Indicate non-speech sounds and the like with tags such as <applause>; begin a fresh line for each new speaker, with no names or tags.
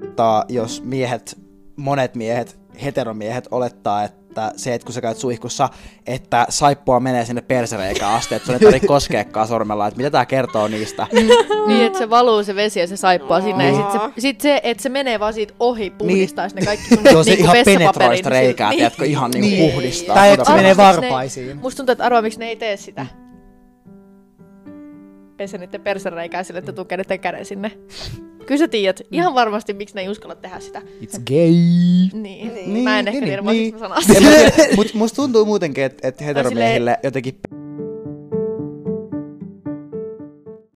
kohtaa, jos miehet, monet miehet, heteromiehet olettaa, että se, että kun sä käyt suihkussa, että saippua menee sinne persereikään asti, että sun
<laughs>
ei tarvitse koskeakaan sormella, että mitä tää kertoo niistä.
Mm,
Niin, että se valuu se vesi ja se saippua sinne. Ja
Niin.
sit se, sit se, että se menee vaan siitä ohi, puhdistaa ne
<laughs>
kaikki sun
Se on Niin. se
niinku
ihan
vessapaperin
penetroista
sillä-
reikää,
Niin.
tiedätkö, ihan niinku
Niin.
puhdistaa.
Tai
Mutta
että se menee
Arvostaks ne-
varpaisiin.
Musta tuntuu, että arvaa, miksi ne ei tee sitä. Pese niiden persereikää sille, että tukee niiden käden sinne. Kyllä sä tiedät ihan varmasti, miksi ne ei uskalla tehdä sitä.
It's gay.
Niin.
Niin,
Mä en ehkä
niin,
niin, niin,
niin.
sanaa.
En mä tiedä, Mut musta tuntuu muutenkin, että et heteromiehille jotenkin p-